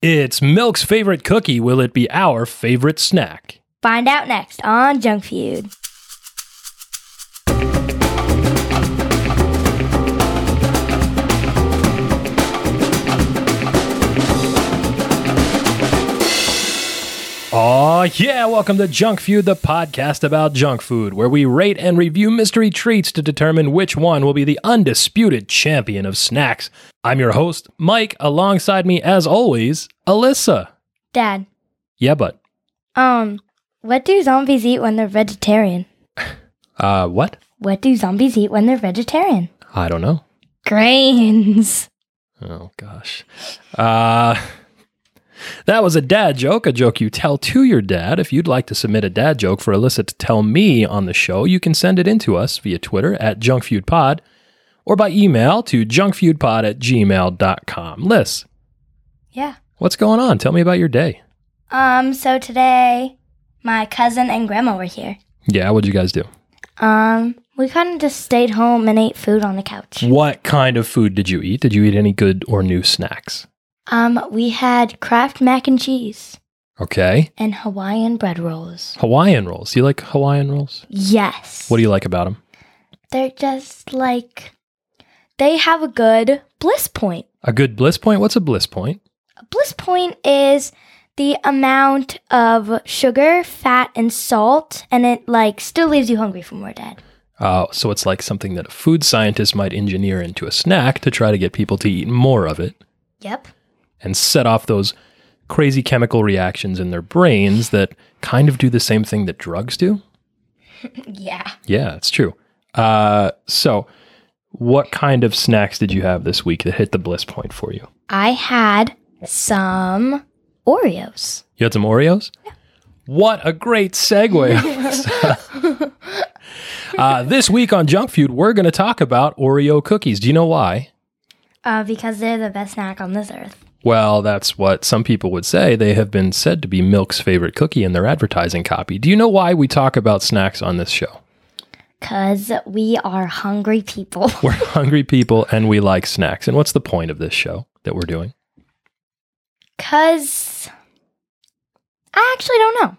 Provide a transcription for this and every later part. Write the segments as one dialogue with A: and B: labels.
A: It's Milk's favorite cookie. Will it be our favorite snack?
B: Find out next on Junk Feud.
A: Aw, yeah, welcome to Junk Feud, the podcast about junk food, where we rate and review mystery treats to determine which one will be the undisputed champion of snacks. I'm your host, Mike, alongside me, as always, Alyssa.
B: Dad,
A: Yeah, but,
B: um, what do zombies eat when they're vegetarian?
A: uh, what?
B: What do zombies eat when they're vegetarian?
A: I don't know.
B: Grains.
A: Oh, gosh. Uh,. That was a dad joke, a joke you tell to your dad. If you'd like to submit a dad joke for Alyssa to tell me on the show, you can send it in to us via Twitter at junkfeudpod or by email to junkfeudpod at gmail.com. Liz,
B: Yeah.
A: what's going on? Tell me about your day.
B: Um, so today, my cousin and grandma were here.
A: Yeah, what'd you guys do?
B: Um, we kind of just stayed home and ate food on the couch.
A: What kind of food did you eat? Did you eat any good or new snacks?
B: Um, we had Kraft mac and cheese
A: Okay.
B: and Hawaiian bread rolls.
A: Hawaiian rolls. Do you like Hawaiian rolls?
B: Yes.
A: What do you like about them?
B: They're just like, they have a good bliss point.
A: A good bliss point? What's a bliss point?
B: A bliss point is the amount of sugar, fat, and salt, and it like still leaves you hungry for more, Dad.
A: Uh, so it's like something that a food scientist might engineer into a snack to try to get people to eat more of it
B: Yep.
A: and set off those crazy chemical reactions in their brains that kind of do the same thing that drugs do.
B: Yeah.
A: Yeah, it's true. Uh, so, what kind of snacks did you have this week that hit the bliss point for you?
B: I had some Oreos.
A: You had some Oreos? What a great segue. uh, this week on Junk Feud, we're going to talk about Oreo cookies. Do you know why?
B: Uh, because they're the best snack on this earth.
A: Well, that's what some people would say. They have been said to be Milk's favorite cookie in their advertising copy. Do you know why we talk about snacks on this show?
B: Because we are hungry people.
A: We're hungry people and we like snacks. And what's the point of this show that we're doing?
B: Because I actually don't know.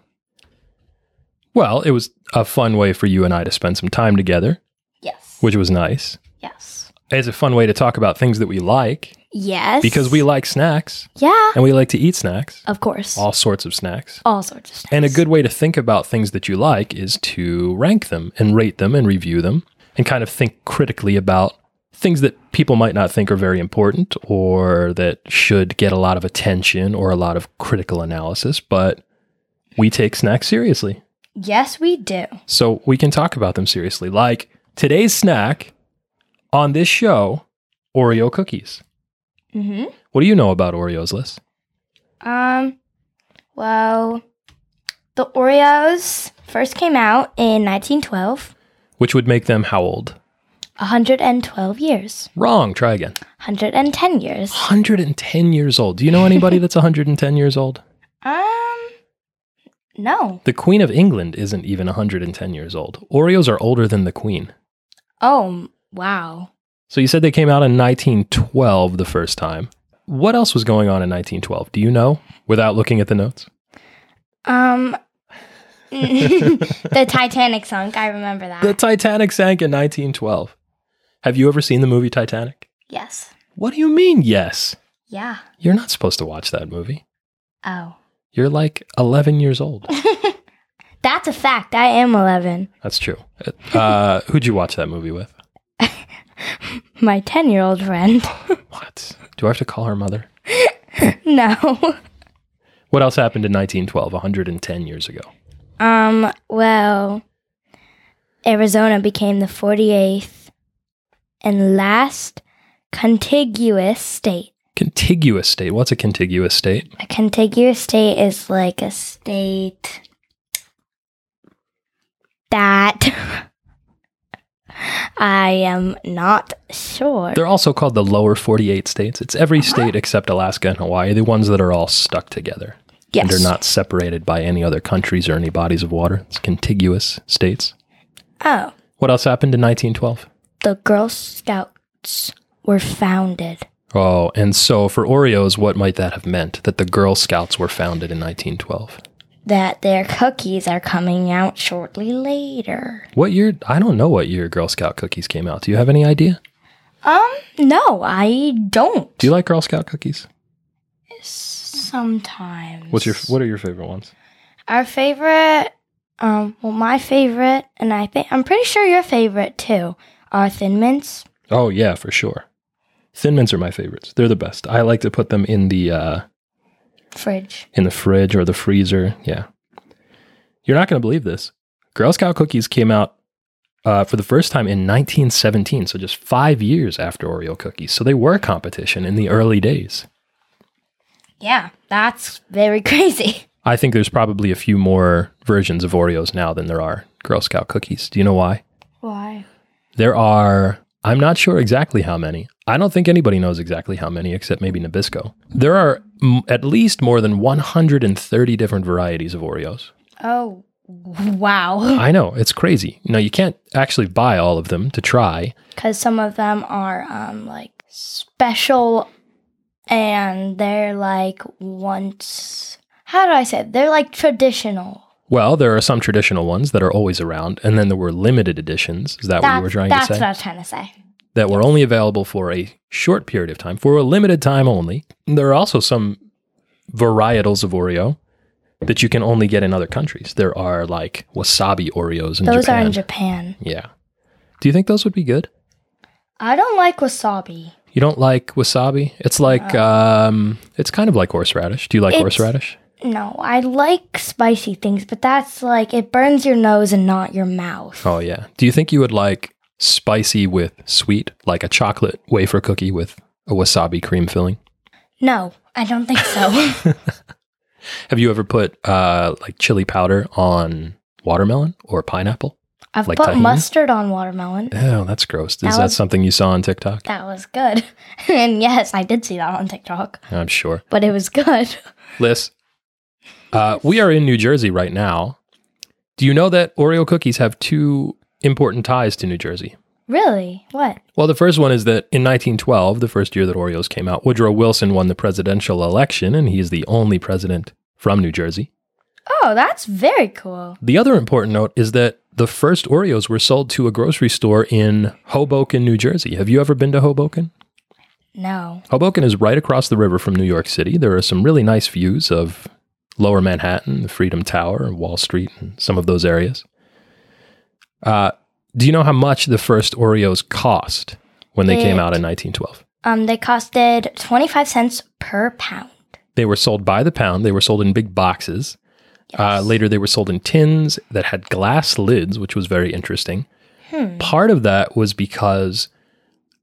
A: Well, it was a fun way for you and I to spend some time together,
B: Yes.
A: which was nice.
B: Yes.
A: It's a fun way to talk about things that we like
B: Yes.
A: because we like snacks
B: Yeah.
A: and we like to eat snacks,
B: Of course. All,
A: all sorts of snacks.
B: sorts of snacks.
A: And a good way to think about things that you like is to rank them and rate them and review them and kind of think critically about things that people might not think are very important or that should get a lot of attention or a lot of critical analysis. But we take snacks seriously.
B: Yes, we do.
A: So we can talk about them seriously. Like today's snack on this show Oreo cookies.
B: Mm-hmm.
A: What do you know about Oreos, Liz?
B: Um, well, the Oreos first came out in 1912,
A: Which would make them how old?
B: 112 years,
A: Wrong. Try again.
B: 110 years.
A: 110 years old. Do you know anybody that's 110 years old?
B: Um, no.
A: The Queen of England isn't even 110 years old. Oreos are older than the Queen.
B: Oh, m- wow.
A: So you said they came out in 1912 the first time. What else was going on in 1912? Do you know without looking at the notes?
B: Um, the Titanic sunk. I remember that.
A: The Titanic sank in 1912. Have you ever seen the movie Titanic?
B: yes.
A: What do you mean, yes?
B: Yeah.
A: You're not supposed to watch that movie.
B: Oh,
A: You're like 11 years old.
B: that's a fact. I am 11.
A: That's true. Uh, who'd you watch that movie with?
B: My 10 year old friend.
A: What? Do I have to call her mother?
B: no.
A: What else happened in 1912, 110 years ago?
B: Um, well, Arizona became the 48th and last contiguous state.
A: Contiguous state. What's a contiguous state?
B: A contiguous state is like a state that I am not sure.
A: They're also called the lower 48 states. It's every state except Alaska and Hawaii, the ones that are all stuck together.
B: Yes.
A: And they're not separated by any other countries or any bodies of water. It's contiguous states.
B: Oh,
A: What else happened in 1912?
B: the Girl Scouts were founded.
A: Oh, and so for Oreos, what might that have meant? That the Girl Scouts were founded in 1912.
B: That their cookies are coming out shortly later.
A: What year? I don't know what year Girl Scout cookies came out. Do you have any idea?
B: Um, no, I don't.
A: Do you like Girl Scout cookies?
B: Sometimes.
A: What's your What are your favorite ones?
B: Our favorite, um, well, my favorite, and I think I'm pretty sure your favorite too, are Thin Mints.
A: Oh yeah, for sure. Thin mints are my favorites. They're the best. I like to put them in the uh,
B: Fridge.
A: in the fridge or the freezer. Yeah. You're not going to believe this. Girl Scout cookies came out uh, for the first time in 1917, so just five years after Oreo cookies. So they were a competition in the early days.
B: Yeah, that's very crazy.
A: I think there's probably a few more versions of Oreos now than there are Girl Scout cookies. Do you know why?
B: Why?
A: There are, I'm not sure exactly how many. I don't think anybody knows exactly how many except maybe Nabisco. There are m- at least more than 130 different varieties of Oreos.
B: Oh, wow.
A: I know, it's crazy. No, you can't actually buy all of them to try.
B: Because some of them are um like special, and they're like once. How do I say? It? They're like traditional.
A: Well, there are some traditional ones that are always around, and then there were limited editions. Is that what you were trying to
B: that's
A: say?
B: what I was trying to say.
A: that were only available for a short period of time, for a limited time only. There are also some varietals of Oreo that you can only get in other countries. There are like wasabi Oreos in
B: Those
A: Japan.
B: are in Japan.
A: yeah. Do you think those would be good?
B: I don't like wasabi.
A: You don't like wasabi? It's like um it's kind of like horseradish. Do you like
B: It's-
A: horseradish?
B: No, I like spicy things, but that's like it burns your nose and not your mouth.
A: Oh yeah. Do you think you would like spicy with sweet, like a chocolate wafer cookie with a wasabi cream filling?
B: No, I don't think so.
A: Have you ever put uh like chili powder on watermelon or pineapple?
B: I've
A: Like
B: put
A: tahini?
B: mustard on watermelon.
A: Oh, that's gross. Is
B: That
A: that,
B: was-
A: something you saw on TikTok?
B: That was good. and yes, I did see that on TikTok,
A: I'm sure.
B: but it was good.
A: Liz, uh, we are in New Jersey right now. Do you know that Oreo cookies have two important ties to New Jersey?
B: Really? What?
A: Well, the first one is that in 1912, the first year that Oreos came out, Woodrow Wilson won the presidential election, and he is the only president from New Jersey.
B: Oh, that's very cool.
A: The other important note is that the first Oreos were sold to a grocery store in Hoboken, New Jersey. Have you ever been to Hoboken?
B: No.
A: Hoboken is right across the river from New York City. There are some really nice views of lower Manhattan, the Freedom Tower, and Wall Street, and some of those areas. Uh, do you know how much the first Oreos cost when they came
B: It-
A: out in 1912?
B: Um, they costed 25 cents per pound.
A: They were sold by the pound, they were sold in big boxes. Uh, later, they were sold in tins that had glass lids, which was very interesting. Part of that was because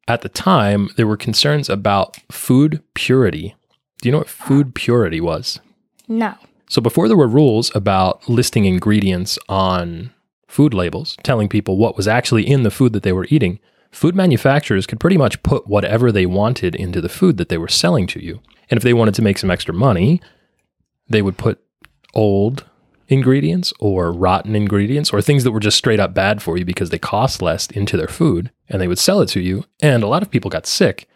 A: at the time there were concerns about food purity. Do you know what food purity was?
B: No.
A: So before there were rules about listing ingredients on food labels, telling people what was actually in the food that they were eating, food manufacturers could pretty much put whatever they wanted into the food that they were selling to you. And if they wanted to make some extra money, they would put old ingredients or rotten ingredients or things that were just straight up bad for you because they cost less into their food and they would sell it to you. And a lot of people got sick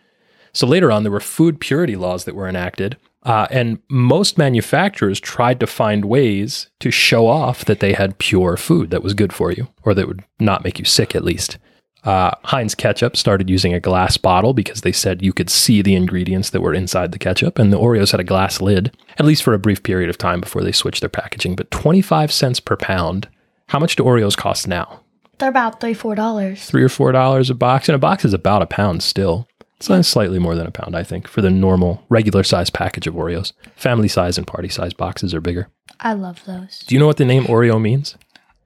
A: so later on, there were food purity laws that were enacted, uh, and most manufacturers tried to find ways to show off that they had pure food that was good for you, or that would not make you sick at least. Uh, Heinz ketchup started using a glass bottle because they said you could see the ingredients that were inside the ketchup, and the Oreos had a glass lid, at least for a brief period of time before they switched their packaging. But 25 cents per pound. How much do Oreos cost now?
B: They're about three, four dollars.
A: three or four dollars a box, and a box is about a pound still. It's slightly more than a pound, I think, for the normal, regular size package of Oreos. Family size and party size boxes are bigger.
B: I love those.
A: Do you know what the name Oreo means?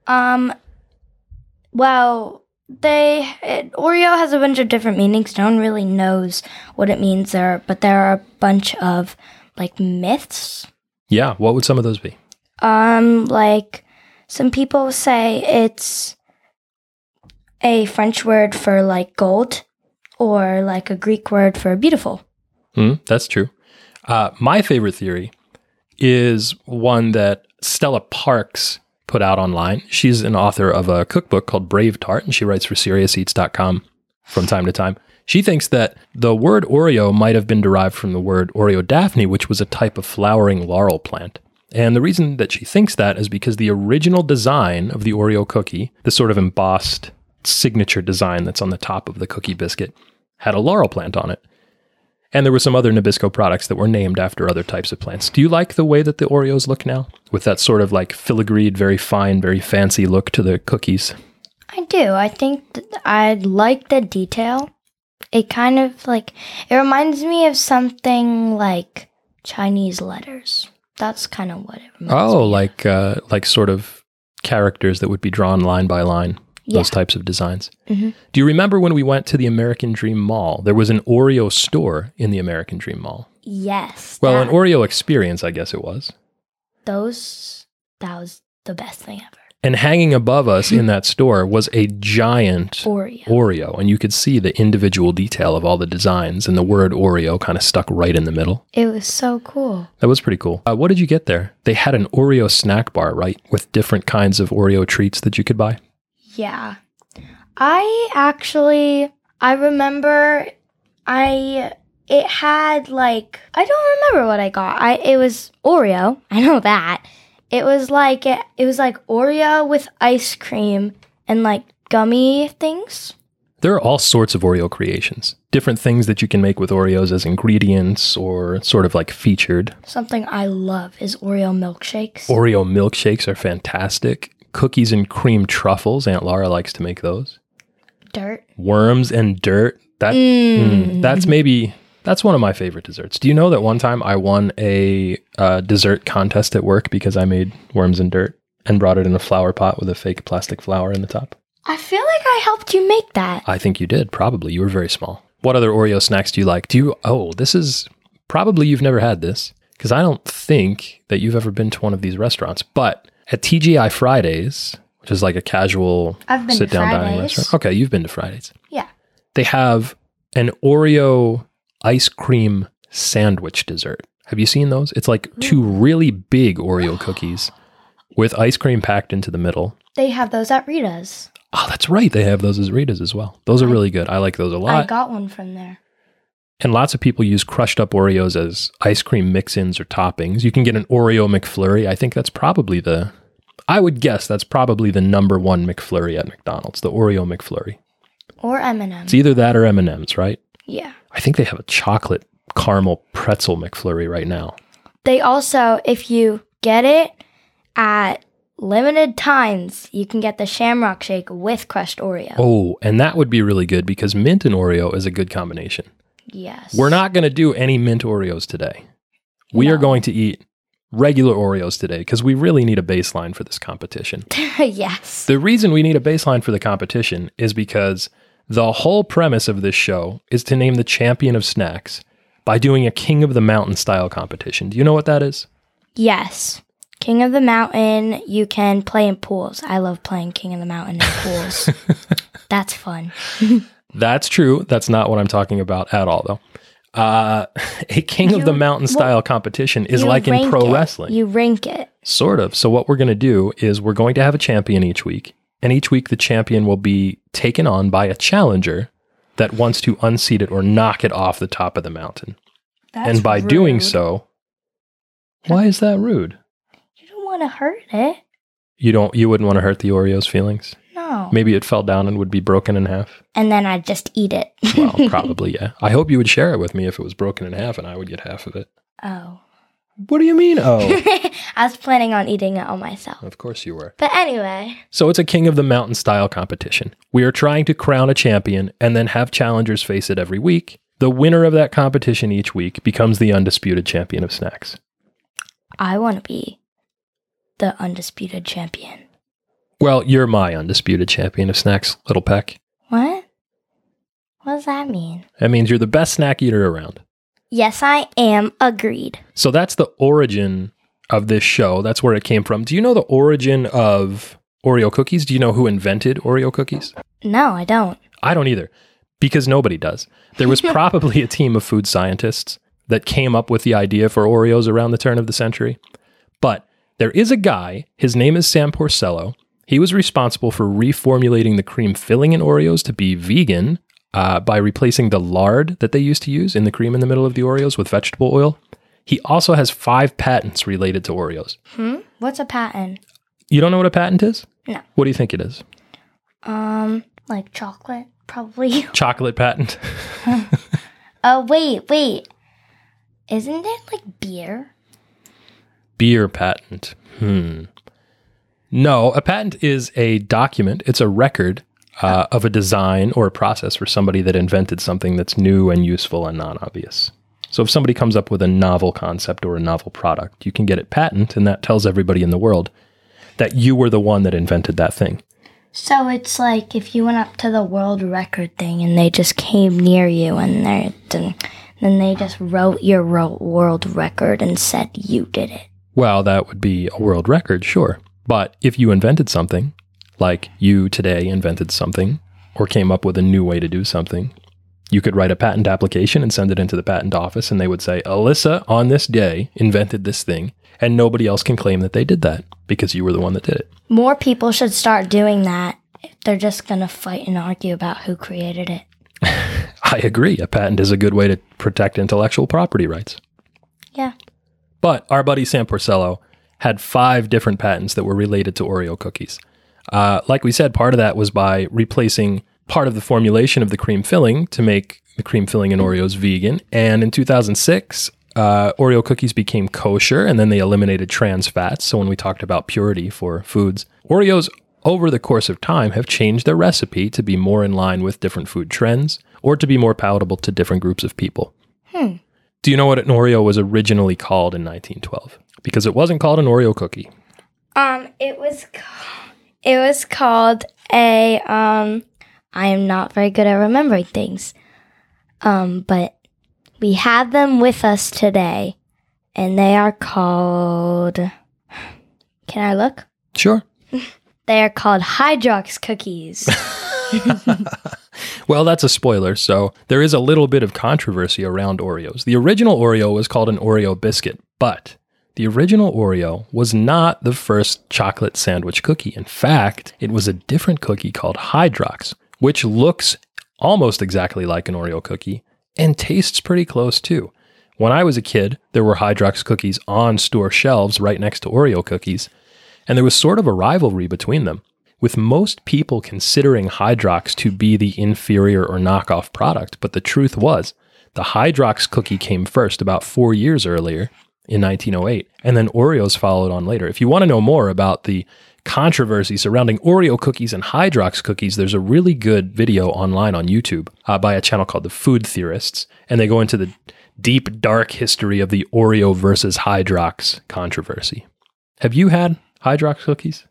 B: Um, well, they it, Oreo has a bunch of different meanings. No one really knows what it means there, but there are a bunch of like myths.
A: Yeah. What would some of those be?
B: Um, like some people say it's a French word for like gold, or like a Greek word for beautiful.
A: Hmm, that's true. Uh, my favorite theory is one that Stella Parks put out online. She's an author of a cookbook called Brave Tart, and she writes for SeriousEats.com from time to time. She thinks that the word Oreo might have been derived from the word Oreodaphne, which was a type of flowering laurel plant. And the reason that she thinks that is because the original design of the Oreo cookie, the sort of embossed signature design that's on the top of the cookie biscuit, had a laurel plant on it. And there were some other Nabisco products that were named after other types of plants. Do you like the way that the Oreos look now? With that sort of like filigreed, very fine, very fancy look to the cookies.
B: I do. I think th- I like the detail. It kind of like it reminds me of something like Chinese letters. That's kind of what it reminds me.
A: Oh, like uh, like sort of characters that would be drawn line by line.
B: Yeah.
A: Those types of designs.
B: Mhm.
A: Do you remember when we went to the American Dream Mall? There was an Oreo store in the American Dream Mall.
B: Yes.
A: Well,
B: that-
A: an Oreo experience, I guess it was.
B: those that was the best thing ever.
A: And hanging above us in that store was a giant
B: Oreo.
A: Oreo, and you could see the individual detail of all the designs, and the word Oreo kind of stuck right in the middle.
B: It was so cool.
A: That was pretty cool. Uh, what did you get there? They had an Oreo snack bar, right? With different kinds of Oreo treats that you could buy.
B: Yeah. I actually I remember I it had like I don't remember what I got. I it was Oreo. I know that. It was like it, it was like Oreo with ice cream and like gummy things.
A: There are all sorts of Oreo creations, different things that you can make with Oreos as ingredients or sort of like featured.
B: Something I love is Oreo milkshakes.
A: Oreo milkshakes are fantastic. Cookies and cream truffles, Aunt Laura likes to make those.
B: Dirt.
A: worms and dirt. That mm, that's maybe that's one of my favorite desserts. Do you know that one time I won a uh, dessert contest at work because I made worms and dirt and brought it in a flower pot with a fake plastic flower in the top?
B: I feel like I helped you make that.
A: I think you did. Probably you were very small. What other Oreo snacks do you like? Do you? Oh, this is probably you've never had this because I don't think that you've ever been to one of these restaurants. But at TGI Fridays, which is like a casual
B: I've been to
A: sit down dining
B: Fridays.
A: restaurant. Okay, you've been to Fridays.
B: Yeah.
A: They have an Oreo ice cream sandwich dessert. Have you seen those? It's like two
B: Mm.
A: really big Oreo cookies with ice cream packed into the middle.
B: They have those at Rita's.
A: Oh, that's right. They have those as Rita's as well. Those are really good. I like those a
B: I
A: lot.
B: got one from there.
A: and lots of people use crushed up Oreos as ice cream mix ins or toppings. You can get an Oreo McFlurry. I think that's probably the, I would guess that's probably the number one McFlurry at McDonald's, the Oreo McFlurry.
B: Or M&M's.
A: It's either that or M&M's, right?
B: Yeah.
A: I think they have a chocolate caramel pretzel McFlurry right now.
B: They also, if you get it at limited times, you can get the Shamrock Shake with crushed Oreo.
A: Oh, and that would be really good because mint and Oreo is a good combination.
B: Yes.
A: We're not going to do any mint Oreos today. We are
B: No.
A: going to eat regular Oreos today because we really need a baseline for this competition.
B: yes.
A: The reason we need a baseline for the competition is because the whole premise of this show is to name the champion of snacks by doing a King of the Mountain style competition. Do you know what that is?
B: yes. King of the Mountain, you can play in pools. I love playing King of the Mountain in pools. That's fun.
A: That's true. That's not what I'm talking about at all, though. Uh, a King of the Mountain style competition is
B: You
A: like in
B: rank
A: pro
B: it.
A: wrestling,
B: You rank it.
A: sort of. So, what we're going to do is we're going to have a champion each week, and each week the champion will be taken on by a challenger that wants to unseat it or knock it off the top of the mountain. and by doing so, why is that rude?
B: you don't want to hurt it.
A: You don't. You wouldn't want to hurt the Oreo's feelings.
B: No.
A: Maybe it fell down and would be broken in half.
B: and then I just eat it.
A: Well, probably, yeah. I hope you would share it with me if it was broken in half and I would get half of it.
B: oh.
A: What do you mean? Oh,
B: I was planning on eating it all myself.
A: of course you were.
B: But anyway,
A: So it's a King of the Mountain style competition. We are trying to crown a champion and then have challengers face it every week. The winner of that competition each week becomes the undisputed champion of snacks.
B: I want to be the undisputed champion.
A: Well, you're my undisputed champion of snacks, Little Peck.
B: What? What does that mean?
A: That means you're the best snack eater around.
B: Yes, I am. Agreed.
A: So that's the origin of this show. That's where it came from. Do you know the origin of Oreo cookies? Do you know who invented Oreo cookies?
B: No, I don't.
A: I don't either, because nobody does. There was probably a team of food scientists that came up with the idea for Oreos around the turn of the century. But there is a guy, his name is Sam Porcello. He was responsible for reformulating the cream filling in Oreos to be vegan, uh, by replacing the lard that they used to use in the cream in the middle of the Oreos with vegetable oil. He also has five patents related to Oreos.
B: Hmm? What's a patent?
A: You don't know what a patent is?
B: No.
A: What do you think it is?
B: Um, like chocolate, probably.
A: Chocolate patent?
B: Oh, wait, wait. Isn't it like beer?
A: Beer patent. Hmm. No, a patent is a document, it's a record uh, of a design or a process for somebody that invented something that's new and useful and non obvious. So if somebody comes up with a novel concept or a novel product, you can get it patent, and that tells everybody in the world that you were the one that invented that thing.
B: So it's like if you went up to the world record thing and they just came near you and they didn't, then they just wrote your ro- world record and said you did it.
A: Well, that would be a world record, sure. But if you invented something, like you today invented something or came up with a new way to do something, you could write a patent application and send it into the patent office, and they would say, Alyssa on this day invented this thing, and nobody else can claim that they did that because you were the one that did it.
B: More people should start doing that. They're just going to fight and argue about who created it.
A: I agree. A patent is a good way to protect intellectual property rights.
B: Yeah.
A: But our buddy Sam Porcello had five different patents that were related to Oreo cookies. Uh, like we said, part of that was by replacing part of the formulation of the cream filling to make the cream filling in Oreos vegan. And in 2006, uh, Oreo cookies became kosher and then they eliminated trans fats. So when we talked about purity for foods, Oreos over the course of time have changed their recipe to be more in line with different food trends or to be more palatable to different groups of people. Do you know what an Oreo was originally called in 1912? Because it wasn't called an Oreo cookie.
B: Um, it was ca- it was called a um. I am not very good at remembering things, um, but we had them with us today, and they are called. Can I look?
A: Sure.
B: They are called Hydrox cookies.
A: Well, that's a spoiler, so there is a little bit of controversy around Oreos. The original Oreo was called an Oreo biscuit, but the original Oreo was not the first chocolate sandwich cookie. In fact, it was a different cookie called Hydrox, which looks almost exactly like an Oreo cookie and tastes pretty close too. When I was a kid, there were Hydrox cookies on store shelves right next to Oreo cookies, and there was sort of a rivalry between them, with most people considering Hydrox to be the inferior or knockoff product. But the truth was, the Hydrox cookie came first about four years earlier in 1908, and then Oreos followed on later. If you want to know more about the controversy surrounding Oreo cookies and Hydrox cookies, there's a really good video online on YouTube uh, by a channel called The Food Theorists, and they go into the deep, dark history of the Oreo versus Hydrox controversy. Have you had Hydrox cookies?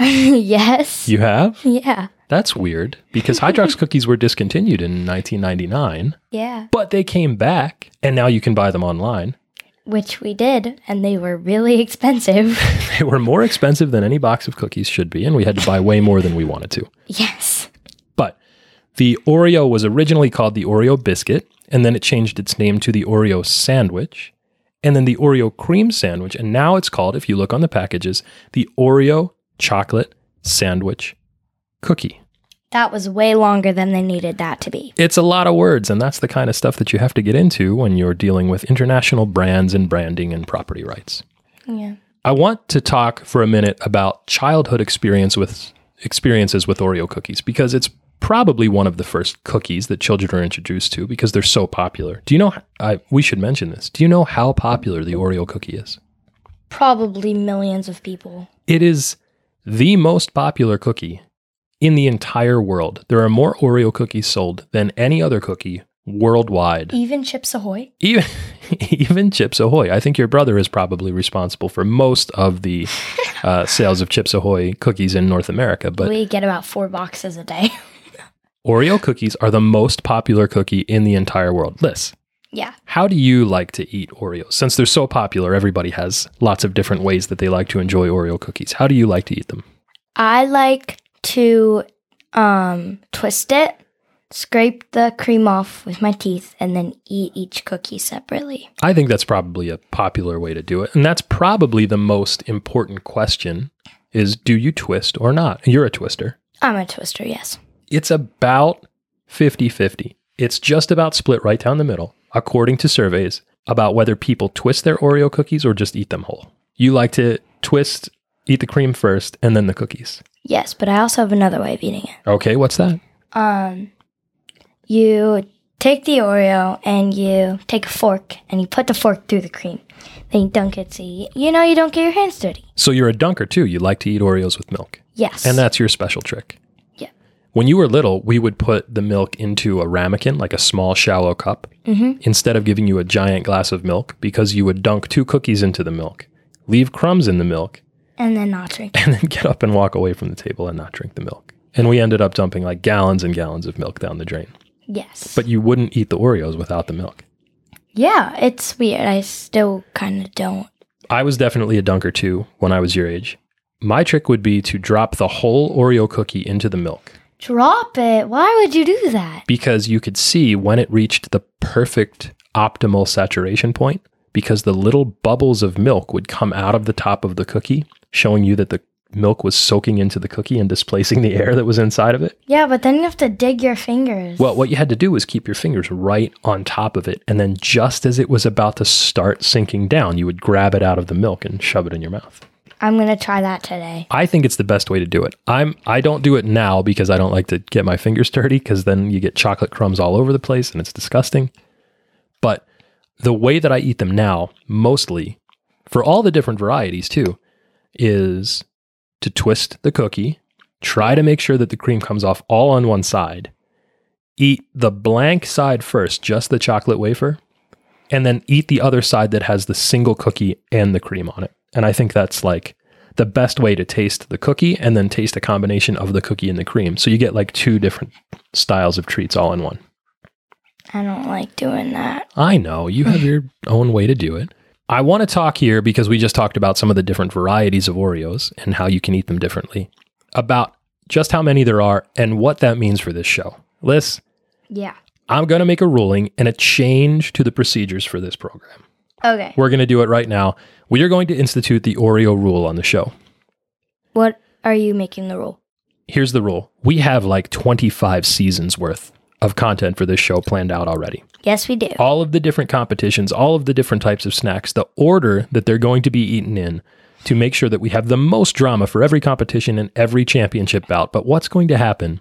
B: yes.
A: You have?
B: Yeah.
A: That's weird because Hydrox cookies were discontinued in 1999,
B: Yeah.
A: but they came back and now you can buy them online.
B: Which we did, and they were really expensive.
A: They were more expensive than any box of cookies should be, and we had to buy way more than we wanted to.
B: yes.
A: But the Oreo was originally called the Oreo biscuit, and then it changed its name to the Oreo sandwich, and then the Oreo cream sandwich, and now it's called, if you look on the packages, the Oreo chocolate sandwich cookie.
B: That was way longer than they needed that to be.
A: It's a lot of words, and that's the kind of stuff that you have to get into when you're dealing with international brands and branding and property rights.
B: Yeah.
A: I want to talk for a minute about childhood experience with experiences with Oreo cookies because it's probably one of the first cookies that children are introduced to because they're so popular. Do you know? I we should mention this. Do you know how popular the Oreo cookie is?
B: Probably millions of people.
A: It is the most popular cookie in the entire world. There are more Oreo cookies sold than any other cookie worldwide.
B: Even Chips Ahoy?
A: even even Chips Ahoy. I think your brother is probably responsible for most of the uh, sales of Chips Ahoy cookies in North America. But
B: we get about four boxes a day.
A: Oreo cookies are the most popular cookie in the entire world. Liz,
B: yeah.
A: how do you like to eat Oreos? Since they're so popular, everybody has lots of different ways that they like to enjoy Oreo cookies. How do you like to eat them?
B: I like to um, twist it, scrape the cream off with my teeth, and then eat each cookie separately.
A: I think that's probably a popular way to do it. And that's probably the most important question is do you twist or not? You're a twister.
B: I'm a twister, yes.
A: it's about 50 50. It's just about split right down the middle, according to surveys, about whether people twist their Oreo cookies or just eat them whole. You like to twist, eat the cream first, and then the cookies.
B: Yes, but I also have another way of eating it.
A: Okay, what's that?
B: Um, you take the Oreo and you take a fork and you put the fork through the cream. Then you dunk it so you, you know you don't get your hands dirty.
A: So you're a dunker too. You like to eat Oreos with milk.
B: Yes.
A: And that's your special trick.
B: Yeah.
A: When you were little, we would put the milk into a ramekin, like a small, shallow cup, instead of giving you a giant glass of milk because you would dunk two cookies into the milk, leave crumbs in the milk,
B: and then not drink.
A: and then get up and walk away from the table and not drink the milk. And we ended up dumping like gallons and gallons of milk down the drain.
B: Yes.
A: But you wouldn't eat the Oreos without the milk.
B: yeah, it's weird. I still kind of don't.
A: I was definitely a dunker too when I was your age. My trick would be to drop the whole Oreo cookie into the milk
B: Drop it. Why would you do that?
A: because you could see when it reached the perfect optimal saturation point because the little bubbles of milk would come out of the top of the cookie, showing you that the milk was soaking into the cookie and displacing the air that was inside of it.
B: Yeah, but then you have to dig your fingers.
A: Well, what you had to do was keep your fingers right on top of it. And then just as it was about to start sinking down, you would grab it out of the milk and shove it in your mouth.
B: I'm going to try that today.
A: I think it's the best way to do it. I'm I don't do it now because I don't like to get my fingers dirty because then you get chocolate crumbs all over the place and it's disgusting. But the way that I eat them now, mostly for all the different varieties too, is to twist the cookie, try to make sure that the cream comes off all on one side, eat the blank side first, just the chocolate wafer, and then eat the other side that has the single cookie and the cream on it. And I think that's like the best way to taste the cookie and then taste a combination of the cookie and the cream. So you get like two different styles of treats all in one.
B: I don't like doing that.
A: I know you have your own way to do it. I want to talk here because we just talked about some of the different varieties of Oreos and how you can eat them differently, about just how many there are and what that means for this show. Liz,
B: Yeah.
A: I'm going to make a ruling and a change to the procedures for this program.
B: Okay.
A: We're going to do it right now. We are going to institute the Oreo rule on the show.
B: What are you making the rule?
A: here's the rule we have like 25 seasons worth of content for this show planned out already.
B: Yes, we do.
A: All of the different competitions, all of the different types of snacks, the order that they're going to be eaten in to make sure that we have the most drama for every competition and every championship bout. But what's going to happen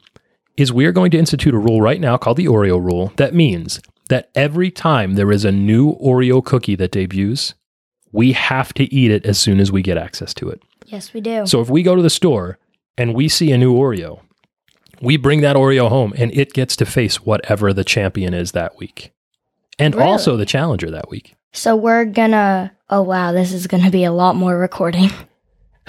A: is we are going to institute a rule right now called the Oreo rule that means that every time there is a new Oreo cookie that debuts, we have to eat it as soon as we get access to it.
B: Yes, we do.
A: So if we go to the store and we see a new Oreo, we bring that Oreo home and it gets to face whatever the champion is that week. And
B: Really?
A: also the challenger that week.
B: So we're gonna. Oh wow, this is gonna be a lot more recording.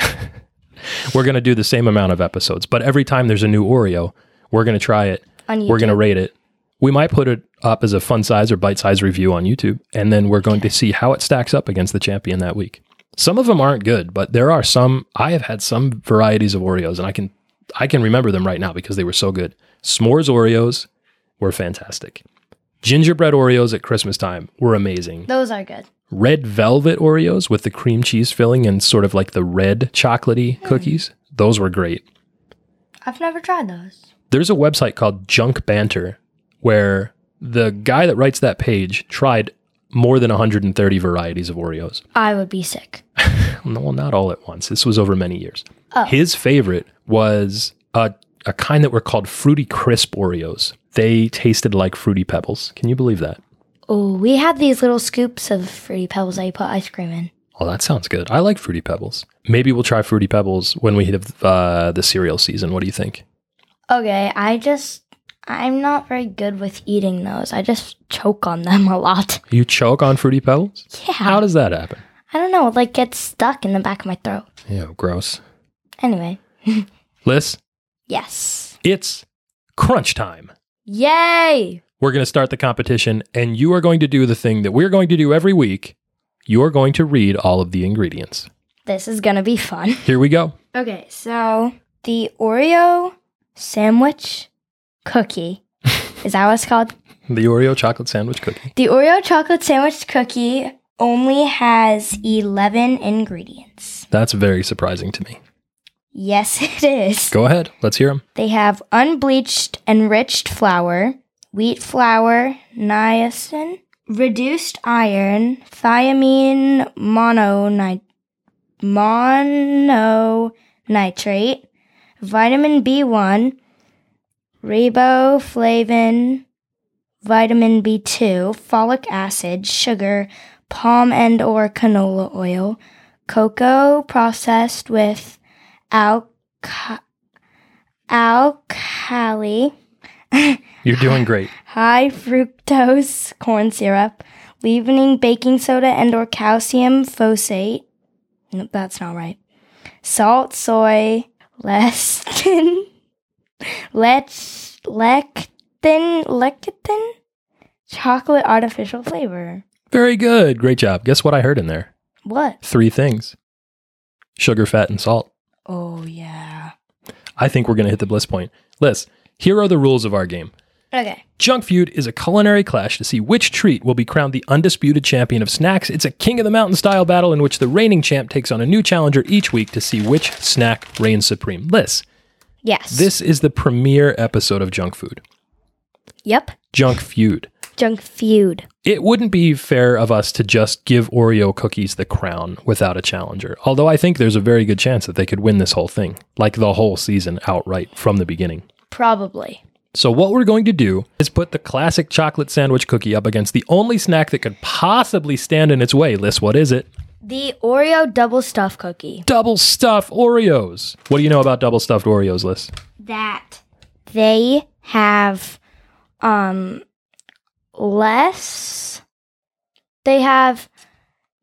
A: We're going to do the same amount of episodes, but every time there's a new Oreo, we're going to try it.
B: On YouTube.
A: We're going to rate it. We might put it up as a fun size or bite size review on YouTube, and then we're going to see how it stacks up against the champion that week. Some of them aren't good, but there are some. I have had some varieties of Oreos, and I can I can remember them right now because they were so good. S'mores Oreos were fantastic. Gingerbread Oreos at Christmas time were amazing.
B: Those are good.
A: Red velvet Oreos with the cream cheese filling and sort of like the red chocolatey cookies, those were great
B: I've never tried those.
A: there's a website called Junk Banter where the guy that writes that page tried more than 130 varieties of Oreos.
B: I would be sick.
A: No, Well, not all at once. This was over many years. His favorite was a, a kind that were called Fruity Crisp Oreos. They tasted like Fruity Pebbles. Can you believe that?
B: Oh, we had these little scoops of fruity pebbles that you put ice cream in.
A: Oh, that sounds good. I like Fruity Pebbles. Maybe we'll try Fruity Pebbles when we hit uh, the cereal season. What do you think?
B: Okay, I just. I'm not very good with eating those. I just choke on them a lot.
A: You choke on Fruity Pebbles?
B: Yeah.
A: How does that happen?
B: I don't know. It like gets stuck in the back of my throat.
A: Yeah, gross.
B: Anyway.
A: Liz,
B: Yes.
A: it's crunch time.
B: Yay!
A: We're going to start the competition, and you are going to do the thing that we're going to do every week. You're going to read all of the ingredients.
B: This is gonna be fun.
A: Here we go.
B: Okay, so the Oreo sandwich cookie. is that what it's called?
A: The Oreo chocolate sandwich cookie.
B: The Oreo chocolate sandwich cookie only has 11 ingredients.
A: That's very surprising to me.
B: Yes, it is.
A: Go ahead. Let's hear them.
B: They have unbleached enriched flour, wheat flour, niacin, reduced iron, thiamine mononit- mononitrate, vitamin B1, riboflavin, vitamin B2, folic acid, sugar, palm and or canola oil, cocoa processed with alca- alkali,
A: You're doing great.
B: high fructose corn syrup, leavening baking soda and or calcium phosphate. Nope, that's not right. Salt, soy, lectin, lech, lectin, lectin, chocolate artificial flavor.
A: Very good. Great job. Guess what I heard in there?
B: What?
A: Three things sugar, fat, and salt.
B: Oh yeah.
A: I think we're going to hit the bliss point. Liz, here are the rules of our game.
B: Okay.
A: Junk Feud is a culinary clash to see which treat will be crowned the undisputed champion of snacks. It's a King of the Mountain style battle in which the reigning champ takes on a new challenger each week to see which snack reigns supreme. Liz,
B: Yes.
A: this is the premiere episode of Junk Food.
B: Yep.
A: Junk Feud.
B: Junk feud.
A: It wouldn't be fair of us to just give Oreo cookies the crown without a challenger, although I think there's a very good chance that they could win this whole thing, like the whole season outright from the beginning.
B: Probably.
A: So, what we're going to do is put the classic chocolate sandwich cookie up against the only snack that could possibly stand in its way. Liz, what is it?
B: The Oreo double stuffed cookie.
A: Double stuffed Oreos. What do you know about double stuffed Oreos, Liz?
B: That they have um less they have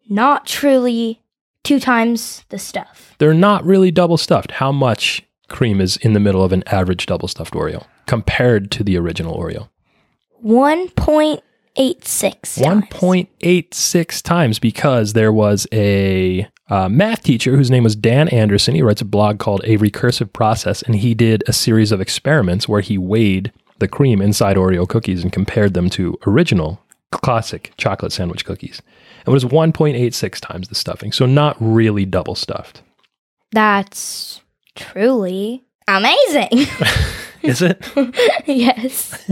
B: not truly two times the stuff.
A: They're not really double stuffed. How much cream is in the middle of an average double stuffed Oreo compared to the original Oreo?
B: 1.86. times.
A: 1.86 times because there was a uh, math teacher whose name was Dan Anderson. He writes a blog called A Recursive Process, and he did a series of experiments where he weighed the cream inside Oreo cookies and compared them to original classic chocolate sandwich cookies. It was 1.86 times the stuffing, so not really double stuffed.
B: That's truly amazing.
A: Is it?
B: yes.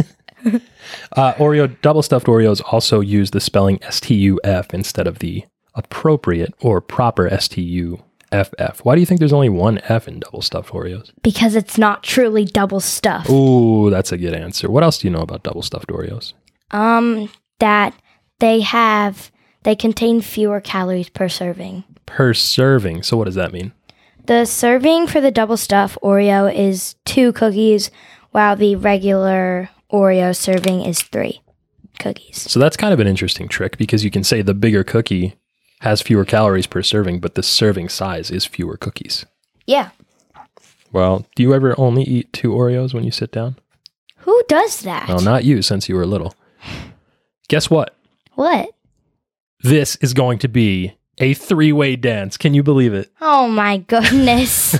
A: Uh, Oreo double stuffed Oreos also use the spelling STUF instead of the appropriate or proper STUFF. Why do you think there's only one F in double stuffed Oreos?
B: Because it's not truly double stuffed.
A: Ooh, that's a good answer. What else do you know about double stuffed Oreos?
B: Um, that they have they contain fewer calories per serving.
A: Per serving. So what does that mean?
B: The serving for the double stuff Oreo is two cookies, while the regular Oreo serving is three cookies.
A: So that's kind of an interesting trick because you can say the bigger cookie has fewer calories per serving, but the serving size is fewer cookies.
B: Yeah.
A: Well, do you ever only eat two Oreos when you sit down?
B: Who does that?
A: Well, not you since you were little. Guess what?
B: What?
A: this is going to be a three way dance. Can you believe it?
B: Oh my goodness.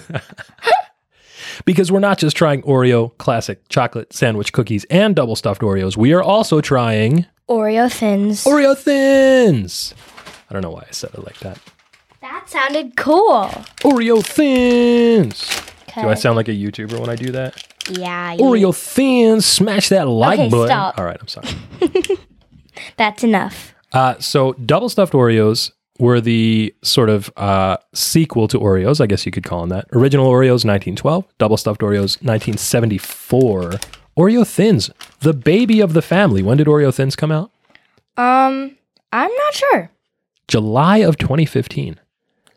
A: Because we're not just trying Oreo classic chocolate sandwich cookies and double stuffed Oreos, we are also trying
B: Oreo thins.
A: Oreo thins. I don't know why I said it like that.
B: that sounded cool.
A: Oreo thins. Do I
B: Okay.
A: sound like a YouTuber when I do that?
B: Yeah. you-
A: Oreo thins. Smash that like
B: Okay,
A: button.
B: stop.
A: All right, I'm sorry.
B: That's enough.
A: Uh, so double stuffed Oreos were the sort of uh, sequel to Oreos, I guess you could call them that. Original Oreos, 1912. Double stuffed Oreos, 1974. Oreo Thins, the baby of the family. When did Oreo Thins come out?
B: Um, I'm not sure.
A: July of 2015.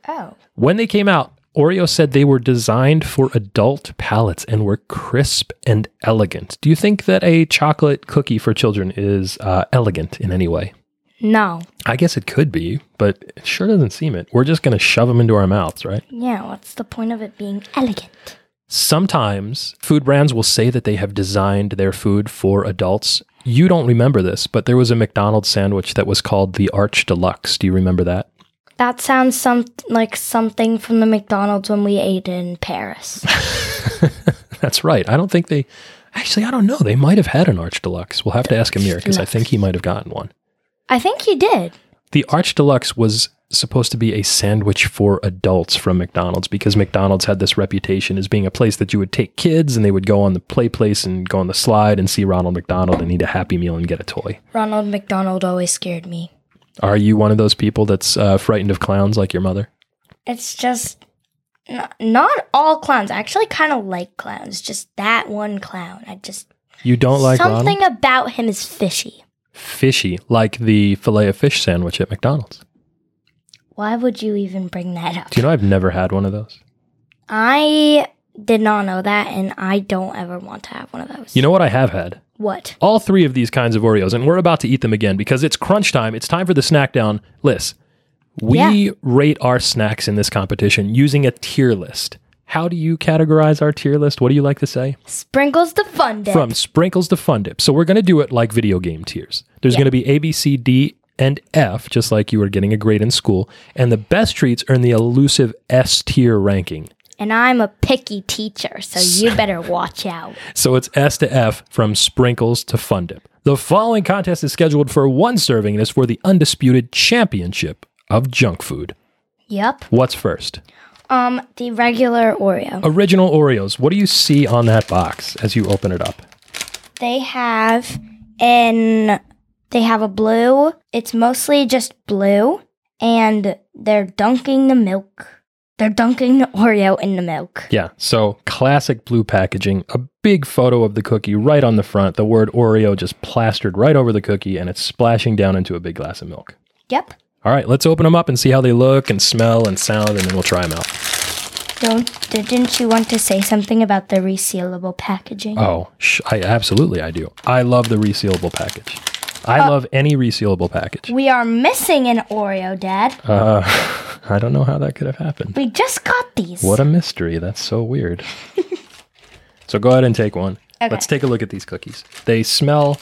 B: Oh.
A: When they came out, Oreo said they were designed for adult palates and were crisp and elegant. Do you think that a chocolate cookie for children is uh, elegant in any way?
B: No.
A: I guess it could be, but it sure doesn't seem it. We're just going to shove them into our mouths, right?
B: Yeah, what's the point of it being elegant?
A: Sometimes food brands will say that they have designed their food for adults. You don't remember this, but there was a McDonald's sandwich that was called the Arch Deluxe. Do you remember that?
B: That sounds some like something from the McDonald's when we ate in Paris.
A: That's right. I don't think they actually, I don't know. They might have had an Arch Deluxe. We'll have to ask Amir because I think he might have gotten one.
B: I think you did.
A: The Arch Deluxe was supposed to be a sandwich for adults from McDonald's because McDonald's had this reputation as being a place that you would take kids and they would go on the play place and go on the slide and see Ronald McDonald and eat a Happy Meal and get a toy.
B: Ronald McDonald always scared me.
A: Are you one of those people that's uh, frightened of clowns like your mother?
B: It's just n- not all clowns. I actually kind of like clowns. Just that one clown. I just
A: You don't like
B: something
A: Ronald?
B: about him is fishy.
A: Fishy, like the filet of fish sandwich at McDonald's.
B: Why would you even bring that up?
A: Do you know I've never had one of those?
B: I did not know that, and I don't ever want to have one of those.
A: You know what I have had?
B: what?
A: all three of these kinds of Oreos, and we're about to eat them again because it's crunch time. It's time for the snack down list. We
B: Yeah.
A: rate our snacks in this competition using a tier list. How do you categorize our tier list? What do you like to say?
B: Sprinkles the fun dip.
A: From sprinkles to fun dip. So we're going to do it like video game tiers. There's going to be A, B, C, D, and F, just like you were getting a grade in school. And the best treats earn the elusive S tier ranking.
B: and I'm a picky teacher, so you better watch out.
A: So it's S to F from sprinkles to fun dip. The following contest is scheduled for one serving and is for the undisputed championship of junk food.
B: Yep.
A: What's first?
B: Um, the regular Oreo.
A: Original Oreos. What do you see on that box as you open it up?
B: They have an they have a blue. It's mostly just blue and they're dunking the milk. They're dunking the Oreo in the milk.
A: Yeah, so classic blue packaging, a big photo of the cookie right on the front, the word Oreo just plastered right over the cookie, and it's splashing down into a big glass of milk.
B: Yep.
A: All right, let's open them up and see how they look and smell and sound, and then we'll try them out.
B: Don't didn't you want to say something about the resealable packaging?
A: Oh, sh- I absolutely I do. I love the resealable package. I
B: Uh,
A: love any resealable package.
B: we are missing an Oreo, Dad.
A: Uh, I don't know how that could have happened.
B: We just got these.
A: What a mystery. That's so weird. so go ahead and take one.
B: Okay.
A: Let's take a look at these cookies. They smell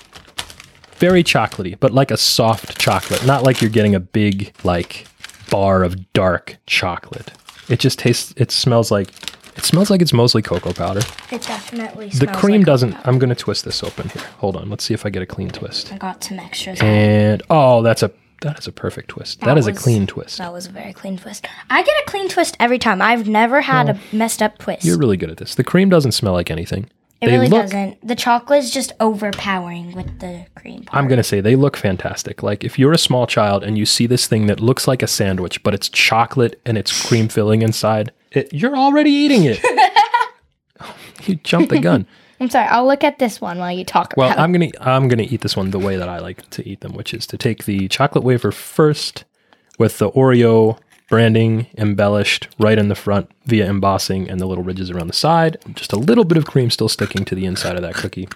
A: very chocolatey, but like a soft chocolate, not like you're getting a big like bar of dark chocolate. It just tastes it smells like it smells like it's mostly cocoa powder.
B: It definitely
A: The
B: smells
A: cream
B: like-
A: doesn't. I'm going to twist this open here. Hold on. Let's see if I get a clean twist.
B: I got some extras.
A: And oh, that's a that is a perfect twist. that is a
B: was-
A: clean twist.
B: That was a very clean twist. I get a clean twist every time. I've never had a messed up twist.
A: Oh. You're really good at this. The cream doesn't smell like anything.
B: It really doesn't. The chocolate's just overpowering with the cream. Part.
A: I'm going to say they look fantastic. Like if you're a small child and you see this thing that looks like a sandwich, but it's chocolate and it's cream filling inside, it, you're already eating it. you jumped the gun.
B: I'm sorry. I'll look at this one while you talk
A: Well,
B: about
A: I'm gonna I'm gonna eat this one the way that I like to eat them, which is to take the chocolate wafer first with the Oreo branding embellished right in the front via embossing and the little ridges around the side. Just a little bit of cream still sticking to the inside of that cookie,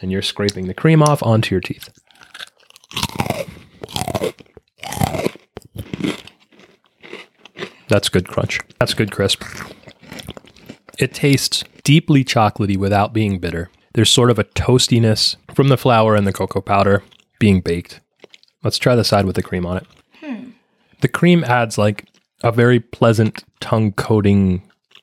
A: and you're scraping the cream off onto your teeth. That's good crunch. That's good crisp. It tastes deeply chocolatey without being bitter. There's sort of a toastiness from the flour and the cocoa powder being baked. Let's try the side with the cream on it. The cream adds like a very pleasant tongue coating